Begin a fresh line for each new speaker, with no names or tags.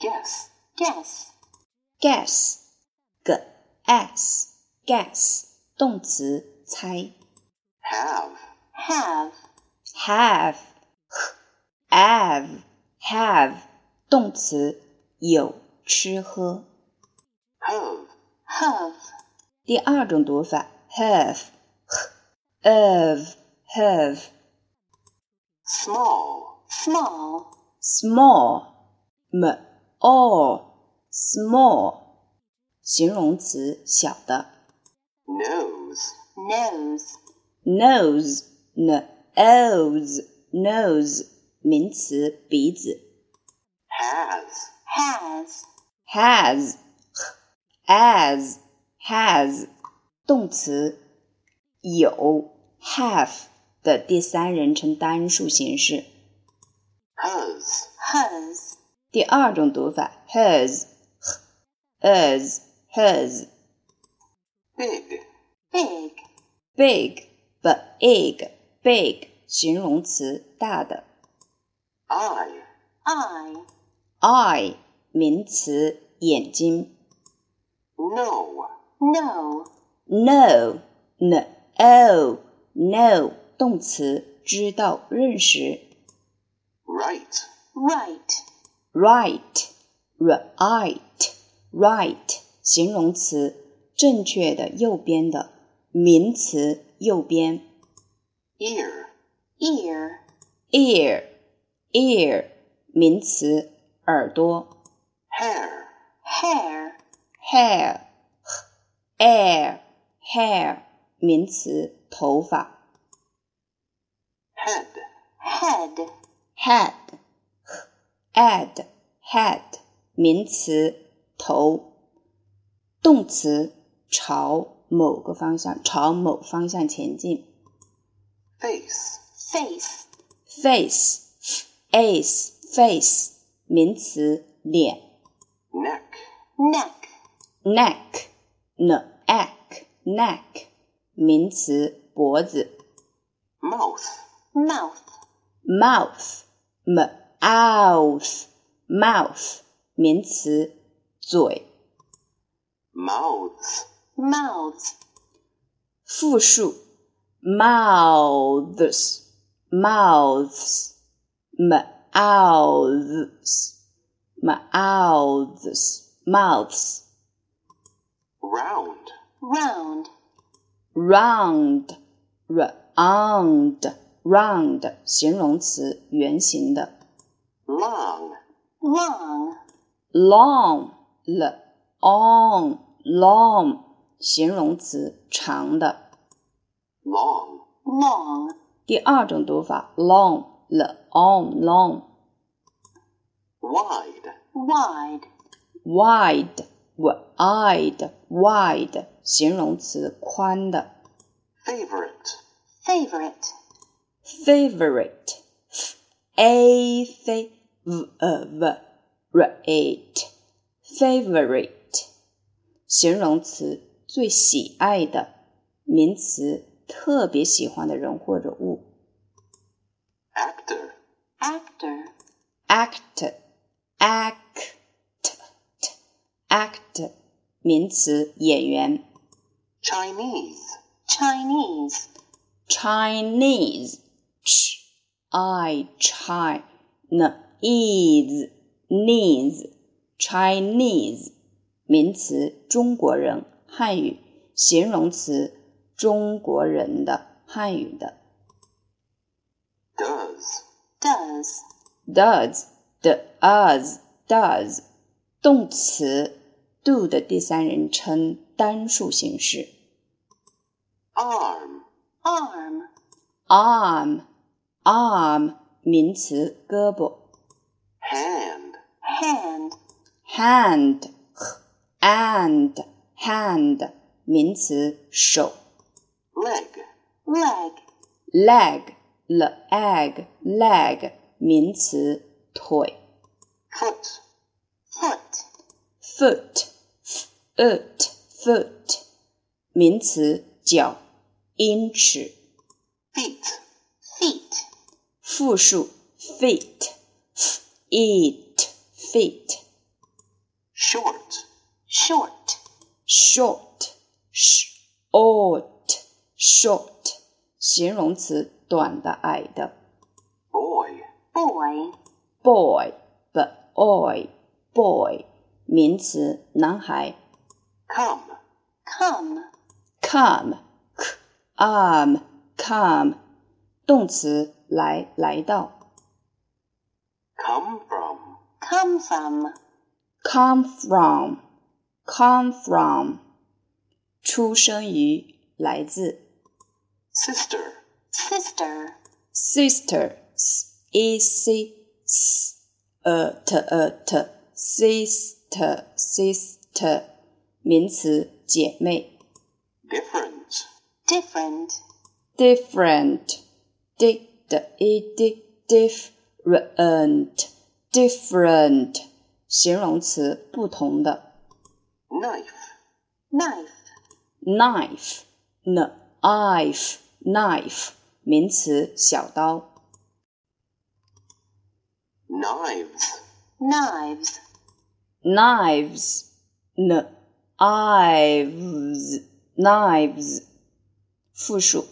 guess, guess,
guess g s guess 动词猜
have,
have have h have have 动词有吃喝。
have,
have 第二种读法 have have have
small,
small small m o small 形容词小的
nose,
nose nose n nose nose 名词鼻子
has,
has has as has 动词有 have 的第三人称单数形式。
has,
has 第二种读法 has as has
big,
big big big big e 形容词大的
eye,
eye eye 名词眼睛
no,
no no no no 动词知道认识
right,
right right right right 形容词正确的右边的名词右边
ear,
ear ear ear 名词耳朵
hair,
hair hair air hair 名词头发
head,
head head head head 名词头，动词朝某个方向朝某方向前进。
face,
face face face face 名词脸。
neck,
neck neck neck neck 名词脖子。
mouth,
mouth mouth mouth mouth 名词嘴。
mouths,
mouth 复数 mouths mouths mouths mouths mouths
round,
round round round round 形容词圆形的
long,
long long l on long 形容词长的
long,
long 第二种读法 long l on long
wide,
wide wide wide wide 形容词宽的
favorite,
favorite favorite f a f v e v r a t favorite 形容词最喜爱的，名词特别喜欢的人或者物。
actor,
actor act act t- act 名词演员
Chinese,
Chinese Chinese ch i chi n is knees Chinese 名词中国人汉语形容词中国人的汉语的
does,
does does does does 动词 do 的第三人称单数形式
arm,
arm arm arm 名词胳膊
hand,
hand hand and hand 名词手
leg,
leg leg leg leg 名词腿
foot,
foot foot foot foot 名词脚英尺
feet,
feet 复数 feet feet feet
short,
short,
short, short, short，形容词，短的、矮的。
boy,
boy,
boy, boy, boy，名词，男孩。
come,
come,
come, come, come，动词，来，来到。
come from,
come from,
come from, come from，出生于，来自。
sister,
sister,
sister, s e c s e t e t sister sister，名词，姐妹。
different,
different,
different, d d e d different different，形容词，不同的。
knife,
knife,
knife, knife, knife，名词，小刀。
knives,
knives,
knives, knives, knives，复数。